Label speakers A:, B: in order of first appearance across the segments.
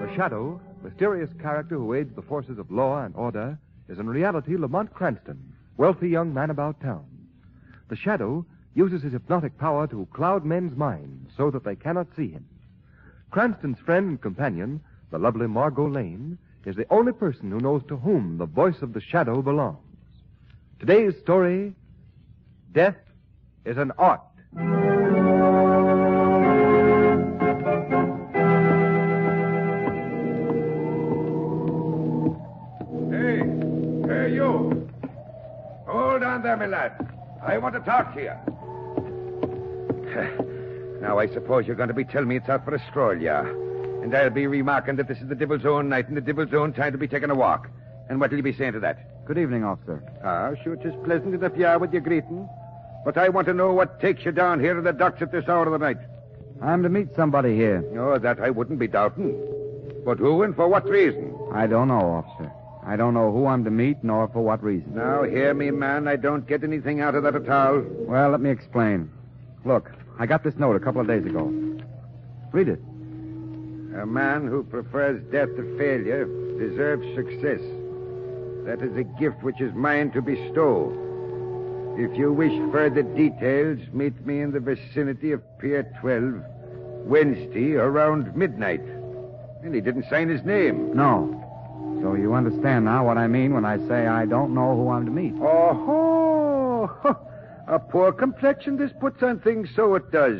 A: The shadow, mysterious character who aids the forces of law and order, is in reality Lamont Cranston, wealthy young man about town. The shadow uses his hypnotic power to cloud men's minds so that they cannot see him. Cranston's friend and companion, the lovely Margot Lane, is the only person who knows to whom the voice of the shadow belongs. Today's story Death is an Art.
B: Hey, hey, you. Hold on there, my lad. I want to talk to you.
C: Now, I suppose you're going to be telling me it's out for a stroll, yeah. And I'll be remarking that this is the Dibble's own night and the Dibble's own time to be taking a walk. And what'll you be saying to that?
D: Good evening, officer.
C: Ah, sure, it is pleasant enough, yeah, with your greeting. But I want to know what takes you down here to the docks at this hour of the night.
D: I'm to meet somebody here.
C: Oh, that I wouldn't be doubting. But who and for what reason?
D: I don't know, officer. I don't know who I'm to meet nor for what reason.
C: Now, hear me, man. I don't get anything out of that at all.
D: Well, let me explain. Look, I got this note a couple of days ago. Read it.
C: A man who prefers death to failure deserves success. That is a gift which is mine to bestow. If you wish further details, meet me in the vicinity of Pier 12, Wednesday around midnight. And he didn't sign his name.
D: No. So you understand now what I mean when I say I don't know who I'm to meet.
C: Oh, ho! a poor complexion this puts on things, so it does.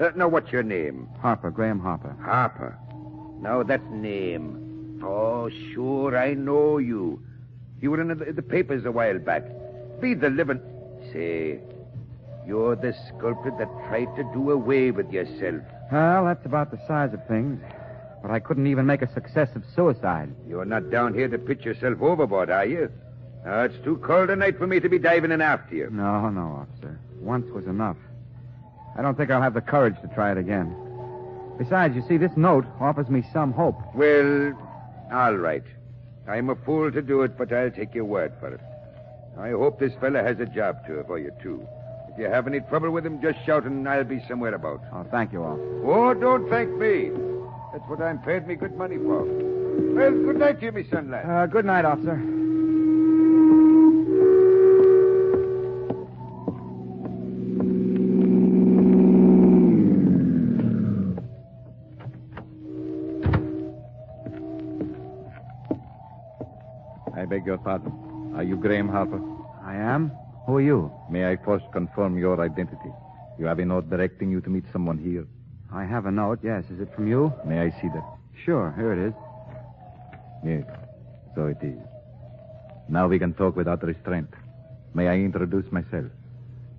C: Uh, now, what's your name?
D: Harper, Graham Harper.
C: Harper. Now that name. Oh, sure, I know you. You were in the, the papers a while back. Be the living. Say, you're the sculptor that tried to do away with yourself.
D: Well, that's about the size of things. But I couldn't even make a success of suicide.
C: You're not down here to pitch yourself overboard, are you? Uh, it's too cold a night for me to be diving in after you.
D: No, no, officer. Once was enough. I don't think I'll have the courage to try it again. Besides, you see, this note offers me some hope.
C: Well, all right. I'm a fool to do it, but I'll take your word for it. I hope this fella has a job to for you, too. If you have any trouble with him, just shout and I'll be somewhere about.
D: Oh, thank you, officer.
C: Oh, don't thank me. That's what I'm paid me good money for. Well, good night to you, me son lad.
D: Uh, good night, officer.
E: I beg your pardon. Are you Graham Harper?
D: I am? Who are you?
E: May I first confirm your identity? You have a note directing you to meet someone here.
D: I have a note, yes. Is it from you?
E: May I see that?
D: Sure, here it is.
E: Yes. So it is. Now we can talk without restraint. May I introduce myself?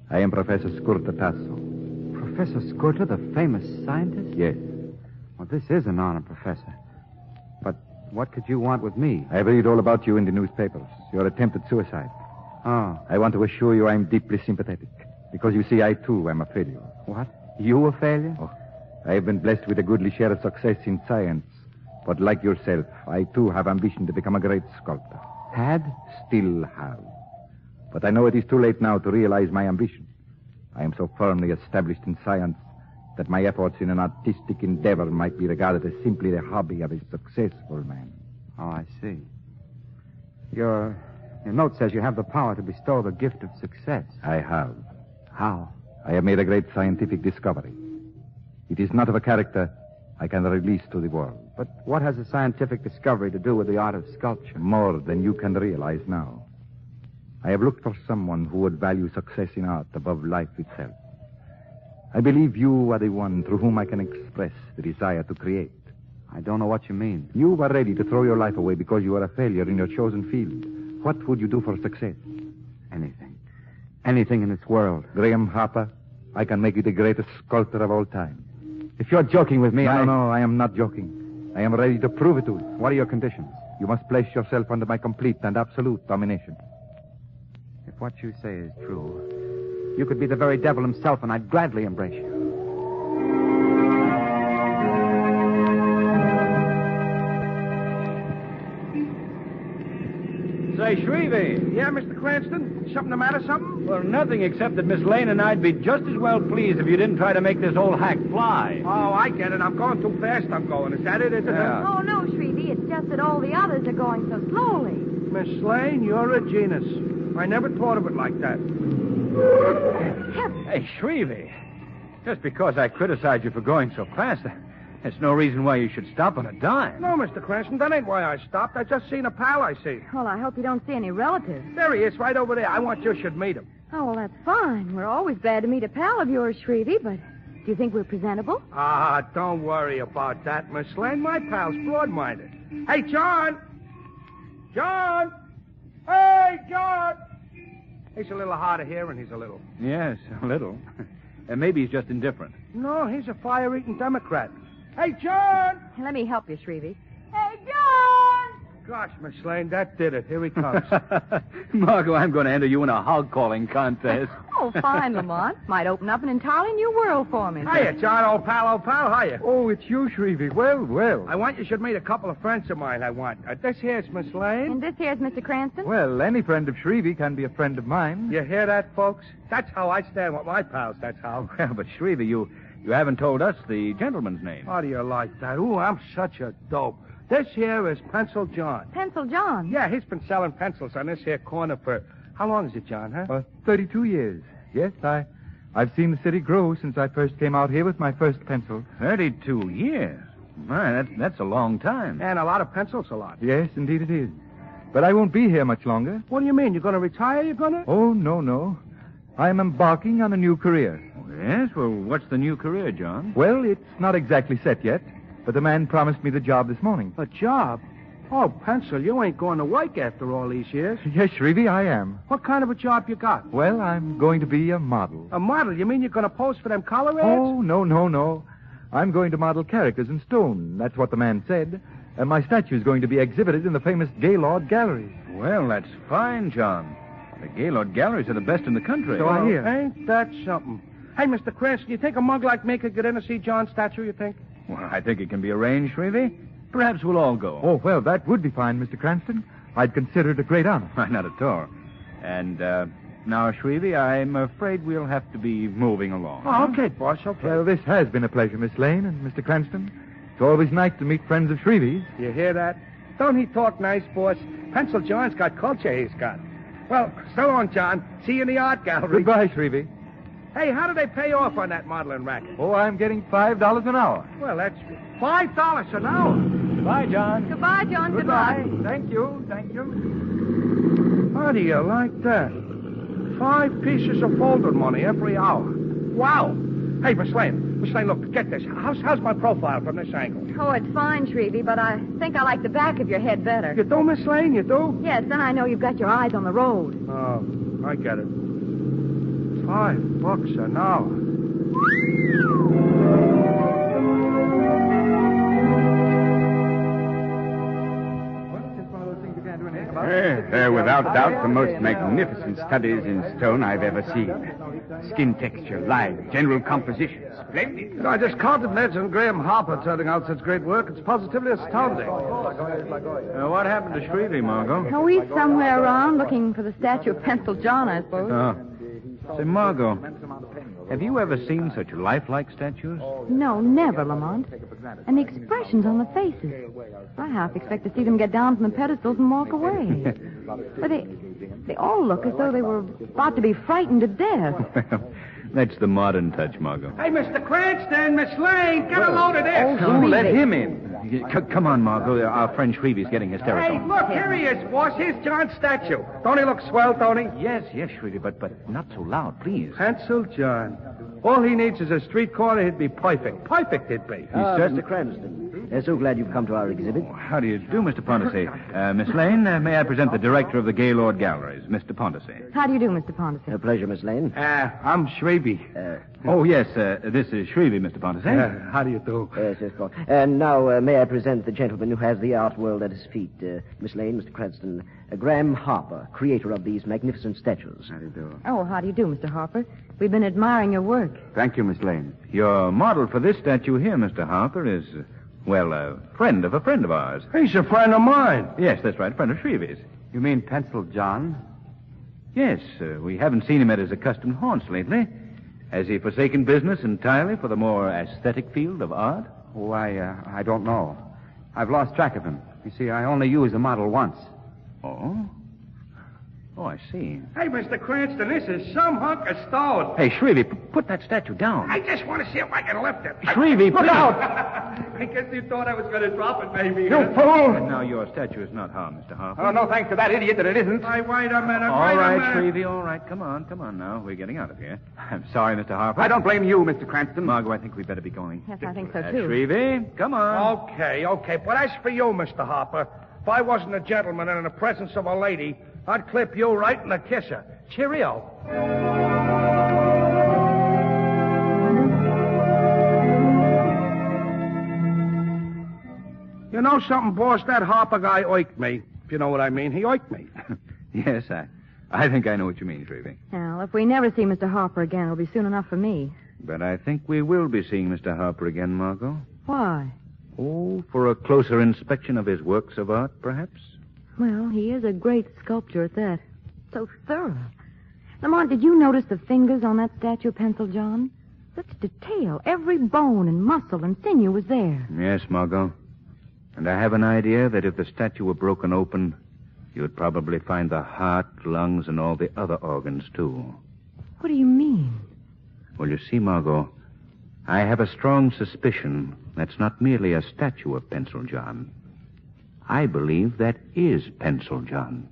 E: I am Professor Skurta Tasso.
D: Professor Skurta, the famous scientist?
E: Yes.
D: Well, this is an honor, Professor. But what could you want with me?
E: I read all about you in the newspapers, your attempted suicide.
D: Oh,
E: I want to assure you I am deeply sympathetic. Because you see, I too am a failure.
D: what? You a failure?
E: Oh, I have been blessed with a goodly share of success in science. But like yourself, I too have ambition to become a great sculptor.
D: Had?
E: Still have. But I know it is too late now to realize my ambition. I am so firmly established in science that my efforts in an artistic endeavor might be regarded as simply the hobby of a successful man.
D: Oh, I see. Your, your note says you have the power to bestow the gift of success.
E: I have.
D: How?
E: I have made a great scientific discovery. It is not of a character I can release to the world.
D: But what has a scientific discovery to do with the art of sculpture?
E: More than you can realize now. I have looked for someone who would value success in art above life itself. I believe you are the one through whom I can express the desire to create.
D: I don't know what you mean.
E: You were ready to throw your life away because you were a failure in your chosen field. What would you do for success?
D: Anything. Anything in this world.
E: Graham Harper, I can make you the greatest sculptor of all time.
D: If you're joking with me,
E: no,
D: I.
E: no, I am not joking. I am ready to prove it to you.
D: What are your conditions?
E: You must place yourself under my complete and absolute domination.
D: If what you say is true, you could be the very devil himself, and I'd gladly embrace you.
F: Say, Shrevey.
A: Yeah, Mr. Cranston? Something the matter, something?
F: Well, nothing except that Miss Lane and I'd be just as well pleased if you didn't try to make this old hack fly.
A: Oh, I get it. I'm going too fast. I'm going. Is that it? Is it?
F: Yeah.
G: Oh, no, Shrevey. It's just that all the others are going so slowly.
A: Miss Lane, you're a genius. I never thought of it like that.
F: Hey, Shrevey. Just because I criticized you for going so fast, there's no reason why you should stop on a dime.
A: No, Mr. Cranston, that ain't why I stopped. I just seen a pal I see.
G: Well, I hope you don't see any relatives.
A: There he is, right over there. I want you should meet him.
G: Oh, well, that's fine. We're always glad to meet a pal of yours, Shrevey, but do you think we're presentable?
A: Ah, don't worry about that, Miss Lane. My pal's broad-minded. Hey, John! John! Hey, John! He's a little hard of hearing, he's a little.
F: Yes, a little. and maybe he's just indifferent.
A: No, he's a fire-eating Democrat. Hey, John!
G: Let me help you, Shrevey.
A: Gosh, Miss Lane, that did it. Here he comes.
F: Margot, I'm going to enter you in a hog calling contest.
G: Oh, fine, Lamont. Might open up an entirely new world for me.
A: hiya, John, old pal, old pal, hiya.
D: Oh, it's you, Shrevey. Well, well.
A: I want you should meet a couple of friends of mine I want. Uh, this here's Miss Lane.
G: And this here's Mr. Cranston.
D: Well, any friend of Shrevey can be a friend of mine.
A: You hear that, folks? That's how I stand with my pals, that's how.
F: Well, but Shrevey, you you haven't told us the gentleman's name.
A: How do you like that? Ooh, I'm such a dope. This here is Pencil John.
G: Pencil John.
A: Yeah, he's been selling pencils on this here corner for... How long is it, John, huh?
E: Uh, 32 years. Yes, I, I've seen the city grow since I first came out here with my first pencil.
F: Thirty-two years. Oh, My, that's that's a long time.
A: And a lot of pencils, a lot.
E: Yes, indeed it is. But I won't be here much longer.
A: What do you mean? You're going to retire? You're going to...
E: Oh, no, no. I am embarking on a new career.
F: Yes, well, what's the new career, John?
E: Well, it's not exactly set yet, but the man promised me the job this morning.
A: A job? Oh, Pencil, you ain't going to work after all these years.
E: Yes, Shrevey, I am.
A: What kind of a job you got?
E: Well, I'm going to be a model.
A: A model? You mean you're going to pose for them collar ads?
E: Oh, no, no, no. I'm going to model characters in stone. That's what the man said. And my statue is going to be exhibited in the famous Gaylord Gallery.
F: Well, that's fine, John. The Gaylord galleries are the best in the country.
E: So I
A: Oh,
E: hear.
A: Ain't that something? Hey, Mr. Cranston, you think a mug like me could get in to see John's statue, you think?
F: Well, I think it can be arranged, Shrevey. Perhaps we'll all go.
E: Oh, well, that would be fine, Mr. Cranston. I'd consider it a great honor.
F: Why, not at all. And uh, now, Shrevey, I'm afraid we'll have to be moving along.
D: Oh,
A: okay, boss, okay.
E: Well, this has been a pleasure, Miss Lane and Mr. Cranston. It's always nice to meet friends of Shrevey's.
A: You hear that? Don't he talk nice, boss? Pencil John's got culture he's got. Well, so long, John. See you in the art gallery.
E: Goodbye, Shrevey.
A: Hey, how do they pay off on that modeling racket?
E: Oh, I'm getting $5 an hour.
A: Well, that's five dollars an hour.
F: Bye, John.
G: Goodbye, John. Goodbye.
E: Thank you. Thank
G: Oh,
E: you.
A: How do you like that? Five pieces of folding money every hour. Wow. Hey, Miss Lane, Miss Lane, look, get this. How's, how's my profile from this angle?
G: Oh, it's fine, Shrevey, but I think I like the back of your head better.
A: You do, Miss Lane? You do?
G: Yes, then I know you've got your eyes on the road.
A: Oh, I get it. Five bucks an hour.
C: Eh, They're without doubt the most magnificent studies in stone I've ever seen. Skin texture, line, general composition. Splendid.
A: I just can't imagine Graham Harper turning out such great work. It's positively astounding.
F: Uh, what happened to Shrevey, Margot?
G: Oh, he's somewhere around looking for the statue of Pencil John, I suppose.
H: Ah.
F: Oh. Say, Margot, have you ever seen such lifelike statues?
H: Oh,
G: No, never, Lamont. And the expressions on the faces. I half expect to see them get down from the pedestals and walk away. but they, they all look as though they were about to be frightened to death.
F: Well,
H: That's the modern touch, Margot.
A: Hey, Mr. Cranston, Miss Lane, get a load of this.
H: let him in. C- come on, Margot. Our friend Shreve's getting hysterical.
A: Hey, look, here he is, boss. Here's John's statue. Don't he look swell, Tony?
H: Yes, yes, Shrevey, but but not so loud, please.
I: Hansel John. All he needs is a street corner. He'd be perfect. Perfect, it'd be.
J: Ah,
H: Uh, Um,
J: Mr. Cranston. Uh, so glad you've come to our exhibit.
H: Oh, How do you do, Mr. Pondice? Uh, Miss Lane, uh, may I present the director of the Gaylord Galleries, Mr. Pondice?
G: How do you do, Mr. Pondice?
J: A pleasure, Miss Lane.
H: Uh, I'm Shrevey. oh, yes, uh, this is Shrevey, Mr. Pondice.
J: Yeah,
I: how do you do?
J: Yes, yes, of course. And now, uh, may I present the gentleman who has the art world at his feet, uh, Miss Lane, Mr. Cranston, uh, Graham Harper, creator of these magnificent statues. How do you do?
G: Oh, how do you do, Mr. Harper? We've been admiring your work.
H: Thank you, Miss Lane. Your model for this statue here, Mr. Harper, is, uh, well, a friend of a friend of ours.
I: He's a friend of mine.
H: Yes, that's right, a friend of Shrevey's.
D: You mean Pencil John?
H: Yes, uh, we haven't seen him at his accustomed haunts lately. Has he forsaken business entirely for the more aesthetic field of art?
D: Oh, I, uh, I don't know. I've lost track of him. You see, I only used the model once.
H: Oh? Oh, I see.
A: Hey, Mr. Cranston, this is some hunk of stone.
H: Hey, Shrevey, p- put that statue down.
A: I just want to see if I can lift it.
H: Shrevey,
A: Look
H: please.
A: out! I guess you thought I was going to drop it, maybe. huh?
H: And now your statue is not harmed, Mr. Harper.
A: Oh, no thanks to that idiot that it isn't. Hey, wait a minute,
H: All
A: wait
H: right,
A: a minute.
H: Shrevey, all right. Come on, come on now. We're getting out of here. I'm sorry, Mr. Harper.
D: I don't blame you, Mr. Cranston.
H: Margot, I think we'd better be going.
G: Yes, I think so,
H: Uh,
G: too.
H: Shrevey, come on.
A: Okay, okay. But as for you, Mr. Harper, if I wasn't a gentleman and in the presence of a lady, I'd clip you right in the kisser. Cheerio. You know something, boss? That Harper guy oiked me. If you know what I mean, he oiked me.
H: Yes, I, I think I know what you mean, Shrevey.
G: Now, if we never see Mr. Harper again, it'll be soon enough for me.
H: But I think we will be seeing Mr. Harper again, Margot.
G: Why?
H: Oh, for a closer inspection of his works of art, perhaps?
G: Well, he is a great sculptor at that. So thorough. Lamont, did you notice the fingers on that statue, Pencil John? Such detail. Every bone and muscle and sinew was there.
H: Yes, Margot. And I have an idea that if the statue were broken open, you'd probably find the heart, lungs, and all the other organs, too.
G: What do you mean?
H: Well, you see, Margot, I have a strong suspicion that's not merely a statue of Pencil John. I believe that is Pencil John.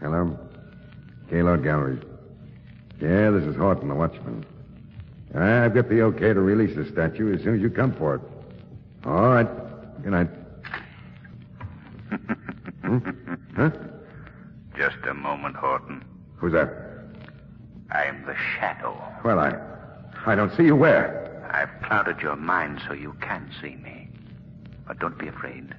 C: Hello? Gaylord Galleries. Yeah, this is Horton, the watchman. I've got the okay to release the statue as soon as you come for it. All right. Good night. Hmm? Huh?
K: Just a moment, Horton.
C: Who's that?
K: I'm the shadow.
C: Well, I. I don't see you where.
K: I've clouded your mind so you can't see me. But don't be afraid.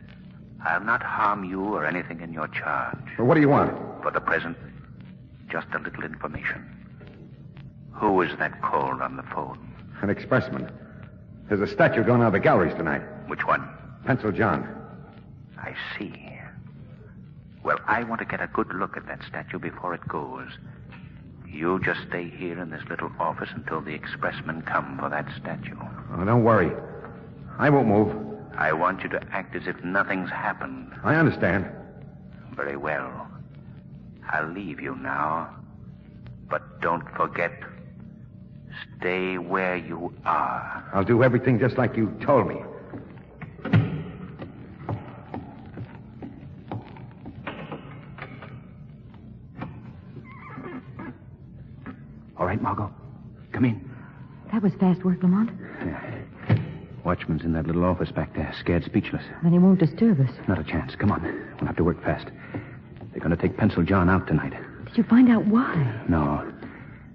K: I'll not harm you or anything in your charge.
C: Well, what do you want?
K: For the present, just a little information. Who is that called on the phone?
C: An expressman. There's a statue going out of the galleries tonight.
K: Which one?
C: Pencil John.
K: I see. Well, I want to get a good look at that statue before it goes. You just stay here in this little office until the expressmen come for that statue.
C: Oh, don't worry. I won't move.
K: I want you to act as if nothing's happened.
C: I understand.
K: Very well. I'll leave you now. But don't forget, stay where you are.
C: I'll do everything just like you told me.
H: All right, Margot. Come in.
G: That was fast work, Lamont.
H: Watchman's in that little office back there, scared speechless.
G: Then he won't disturb us.
H: Not a chance. Come on. We'll have to work fast. They're going to take Pencil John out tonight.
G: Did you find out why?
H: No.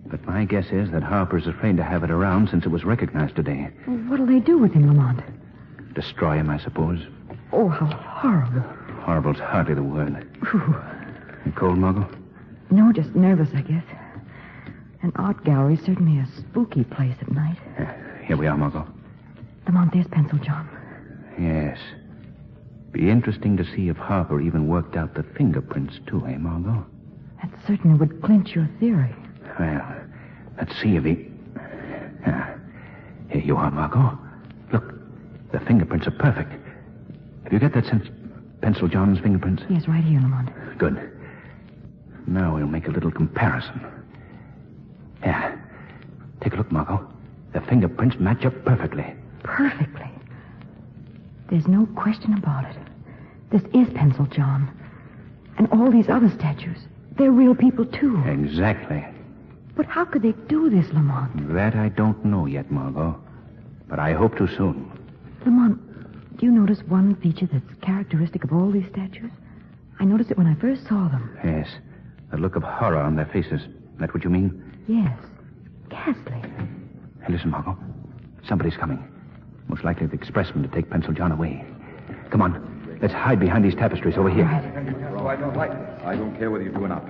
H: But my guess is that Harper's afraid to have it around since it was recognized today.
G: Well, What'll they do with him, Lamont?
H: Destroy him, I suppose.
G: Oh, how horrible.
H: Horrible's hardly the word.
G: Phew.
H: You cold, Margot?
G: No, just nervous, I guess. An art gallery's certainly a spooky place at night.
H: Here we are, Margot.
G: Lamont, there's Pencil John.
H: Yes. Be interesting to see if Harper even worked out the fingerprints, too, eh, Margot?
G: That certainly would clinch your theory.
H: Well, let's see if he. Ah, Here you are, Margot. Look, the fingerprints are perfect. Have you got that sense? Pencil John's fingerprints?
G: Yes, right here, Lamont.
H: Good. Now we'll make a little comparison. Yeah. Take a look, Margot. The fingerprints match up perfectly.
G: Perfectly. There's no question about it. This is Pencil John. And all these other statues. They're real people, too.
H: Exactly.
G: But how could they do this, Lamont?
H: That I don't know yet, Margot. But I hope to soon.
G: Lamont, do you notice one feature that's characteristic of all these statues? I noticed it when I first saw them.
H: Yes. A look of horror on their faces. That what you mean?
G: Yes. Ghastly.
H: Hey, listen, Margot. Somebody's coming. Most likely the expressman to take Pencil John away. Come on. Let's hide behind these tapestries over here.
D: Oh,
A: I don't like this. I don't care whether you do or not.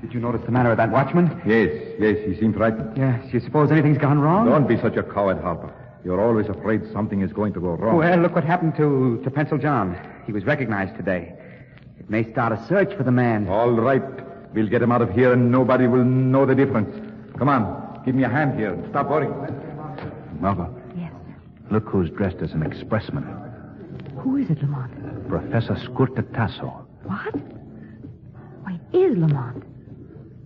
D: Did you notice the manner of that watchman?
E: Yes, yes, he seemed frightened.
D: Yes. You suppose anything's gone wrong?
E: Don't be such a coward, Harper. You're always afraid something is going to go wrong.
D: Well, look what happened to, to Pencil John. He was recognized today. It may start a search for the man.
E: All right. We'll get him out of here and nobody will know the difference. Come on. Give me a hand here and stop worrying.
H: Margot.
G: Yes.
H: Look who's dressed as an expressman.
G: Who is it, Lamont?
H: Professor Scurtatasso.
G: What? Why, it is Lamont.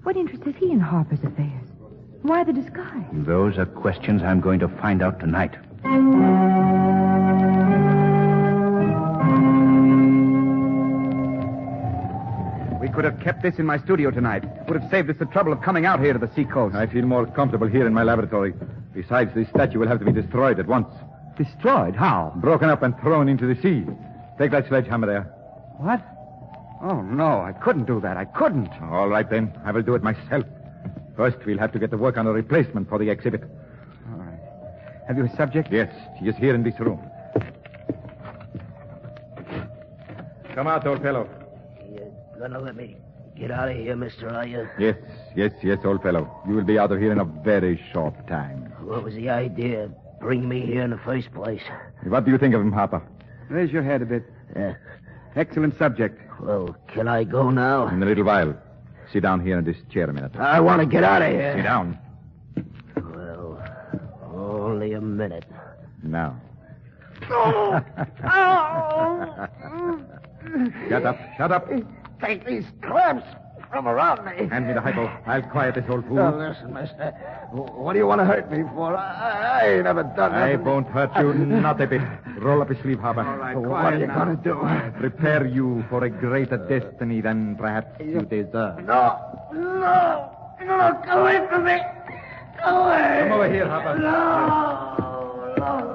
G: What interest has he in Harper's affairs? Why the disguise?
H: Those are questions I'm going to find out tonight.
D: We could have kept this in my studio tonight. Would have saved us the trouble of coming out here to the seacoast.
E: I feel more comfortable here in my laboratory. Besides, this statue will have to be destroyed at once.
D: Destroyed? How?
E: Broken up and thrown into the sea. Take that sledgehammer there.
D: What? Oh, no, I couldn't do that. I couldn't.
E: All right, then. I will do it myself. First, we'll have to get to work on a replacement for the exhibit.
D: All right. Have you a subject?
E: Yes, he is here in this room.
A: Come out, old fellow.
J: You're uh, gonna let me get out of here, mister, are you?
E: Yes, yes, yes, old fellow. You will be out of here in a very short time.
J: What was the idea of bringing me here in the first place?
E: What do you think of him, Harper?
D: Raise your head a bit.
J: Yeah.
D: Excellent subject.
J: Well, can I go now?
E: In a little while. Sit down here in this chair a minute.
J: I want to get out of
E: Sit
J: here.
E: down.
J: Well, only a minute.
E: Now.
L: Oh,
E: Shut up, shut up.
L: take these clamps from around me.
E: Hand me the hypo. I'll quiet this old fool.
L: Now, listen, mister. What do you want to hurt me for? I, I ain't never done
E: I
L: nothing.
E: won't hurt you, not a bit. Roll up your sleeve, Harper.
L: What are you going to do?
E: Prepare you for a greater destiny than perhaps you deserve.
L: No, no, no, go away from me. Go away.
E: Come over here, Harper.
L: No, no.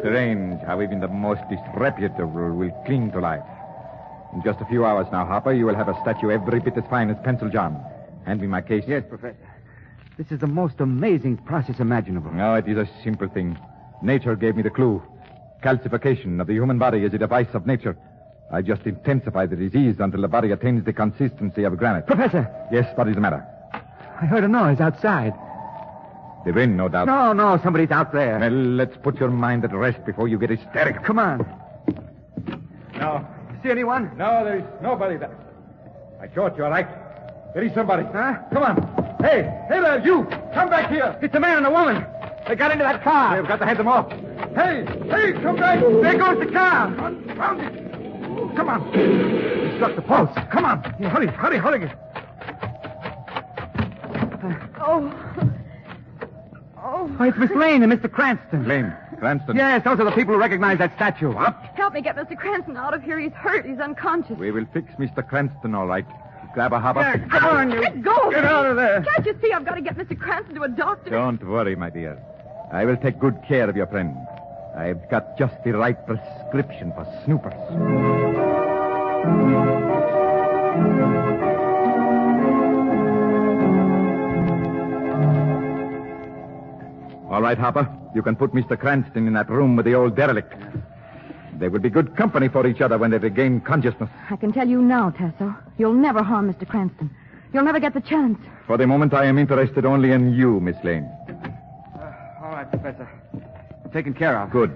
E: Strange how even the most disreputable will cling to life. In just a few hours now, Harper, you will have a statue every bit as fine as Pencil John. Hand me my case. Yes, Professor.
D: This is the most amazing process imaginable.
E: No, Ah, it is a simple thing. Nature gave me the clue. Calcification of the human body is a device of nature. I just intensify the disease until the body attains the consistency of granite.
D: Professor,
E: Yes, what is the matter?
D: I heard a noise outside.
E: The wind, no doubt.
D: No, no, somebody's out there.
E: Well, let's put your mind at rest before you get hysterical.
D: Come on.
A: No,
D: See anyone?
A: no, there is nobody there. I thought you're right. There is somebody. Huh? Come on. Hey, hey there, you! Come back here!
D: It's a man and a woman. They got into that car.
E: They've got to head them off.
A: Hey, hey, come back!
D: There goes the car.
A: Confound it! Come on. He struck the post. Come on. Hurry, hurry, hurry.
G: Oh. Oh.
D: Oh, it's Miss Lane and Mr. Cranston.
E: Lane, Cranston.
D: Yes, those are the people who recognize that statue.
E: What?
G: Help me get Mr. Cranston out of here. He's hurt. He's unconscious.
E: We will fix Mr. Cranston, all right. Grab a hopper.
D: Yeah, come on, you.
G: Let go! of
D: Get
G: me.
D: out of there.
G: Can't you see I've got to get Mr. Cranston to a doctor?
E: Don't worry, my dear. I will take good care of your friend. I've got just the right prescription for snoopers. All right, Harper. You can put Mr. Cranston in that room with the old derelict. They will be good company for each other when they regain consciousness.
G: I can tell you now, Tasso, you'll never harm Mr. Cranston. You'll never get the chance.
E: For the moment, I am interested only in you, Miss Lane.
D: All right, Professor. Taken care of.
E: Good.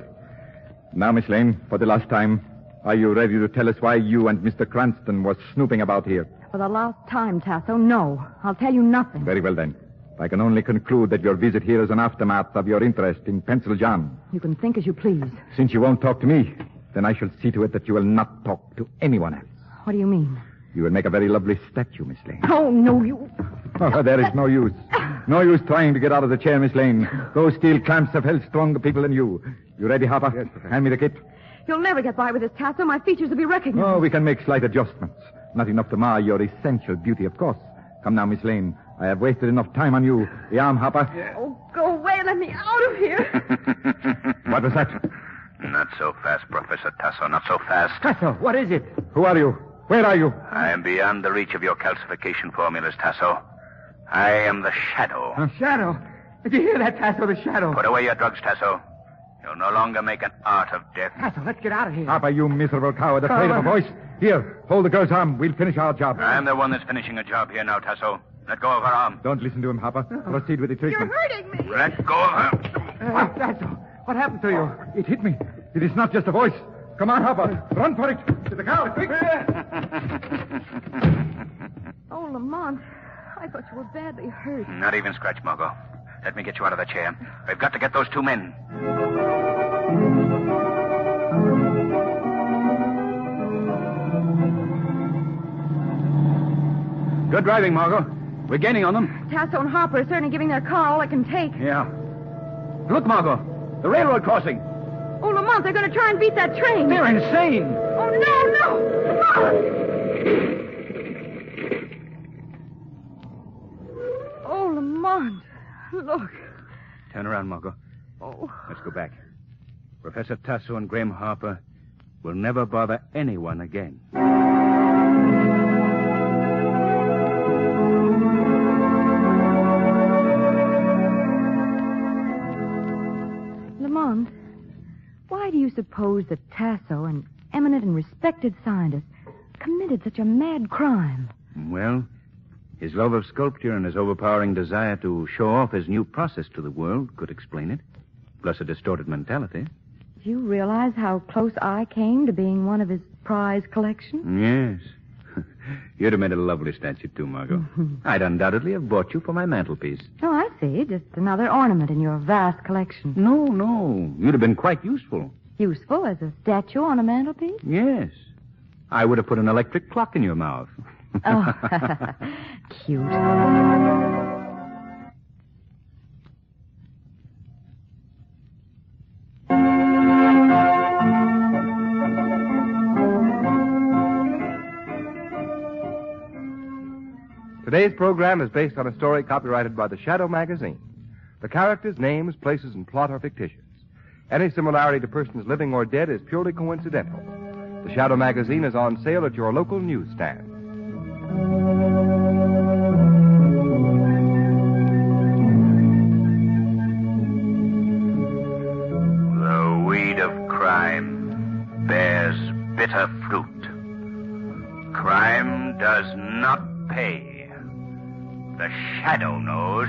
E: Now, Miss Lane, for the last time, are you ready to tell us why you and Mr. Cranston were snooping about here?
G: For the last time, Tasso, no. I'll tell you nothing.
E: Very well, then. I can only conclude that your visit here is an aftermath of your interest in Pencil John.
G: You can think as you please.
E: Since you won't talk to me, then I shall see to it that you will not talk to anyone else.
G: What do you mean?
E: You will make a very lovely statue, Miss Lane.
G: Oh, no, you.
E: Oh, there is no use. No use trying to get out of the chair, Miss Lane. Those steel clamps have held stronger people than you. You ready, Harper? Yes, Professor. Hand me the kit.
G: You'll never get by with this, Tasso. My features will be recognized.
E: Oh, we can make slight adjustments. Not enough to mar your essential beauty, of course. Come now, Miss Lane. I have wasted enough time on you. The arm, Harper.
G: Oh, go away. Let me out of here.
E: What was that?
M: Not so fast, Professor Tasso, not so fast.
D: Tasso, what is it?
E: Who are you? Where are you?
M: I am beyond the reach of your calcification formulas, Tasso. I am the shadow.
D: Shadow. Did you hear that, Tasso? The
F: Oh.
D: shadow.
M: Put away your drugs, Tasso. You'll no longer make an art of death.
D: Tasso, let's get out of here.
E: Harper, you miserable coward, afraid of a voice. Here, hold the girl's arm. We'll finish our job.
M: I'm the one that's finishing a job here now, Tasso. Let go of her arm.
E: Don't listen to him, Harper. Proceed with the treatment.
G: hurting me.
M: Let go of her.
D: Uh, Tasso, what happened to you?
E: It hit me. It is not just a voice. Come on, Harper. Run for it. To the car, quick.
G: Oh, Lamont, I thought you were badly hurt.
M: Not even scratch, Margot. Let me get you out of the chair. We've got to get those two men.
F: Good driving, Margot. We're gaining on them.
G: Tasso and Harper are certainly giving their car all it can take.
F: Yeah. Look, Margot. The railroad crossing.
G: Oh, Lamont, they're going to try and beat that train.
F: They're insane.
G: Oh, no, no. Oh, Lamont, look.
F: Turn around, Margot.
G: Oh,
F: Let's go back. Professor Tasso and Graham Harper will never bother anyone again.
G: Lamont, why do you suppose that Tasso, an eminent and respected scientist, committed such a mad crime?
H: Well, his love of sculpture and his overpowering desire to show off his new process to the world could explain it, plus a distorted mentality.
G: Do you realize how close I came to being one of his prize collection?
H: Yes. You'd have made a lovely statue, too, Margot. I'd undoubtedly have bought you for my mantelpiece.
G: Oh, I see. Just another ornament in your vast collection.
H: No, no. You'd have been quite useful.
G: Useful as a statue on a mantelpiece?
H: Yes. I would have put an electric clock in your mouth.
G: Oh, cute.
A: Today's program is based on a story copyrighted by the Shadow Magazine. The characters, names, places, and plot are fictitious. Any similarity to persons living or dead is purely coincidental. The Shadow Magazine is on sale at your local newsstand.
M: The weed of crime bears bitter fruit. Crime does not pay. The shadow knows.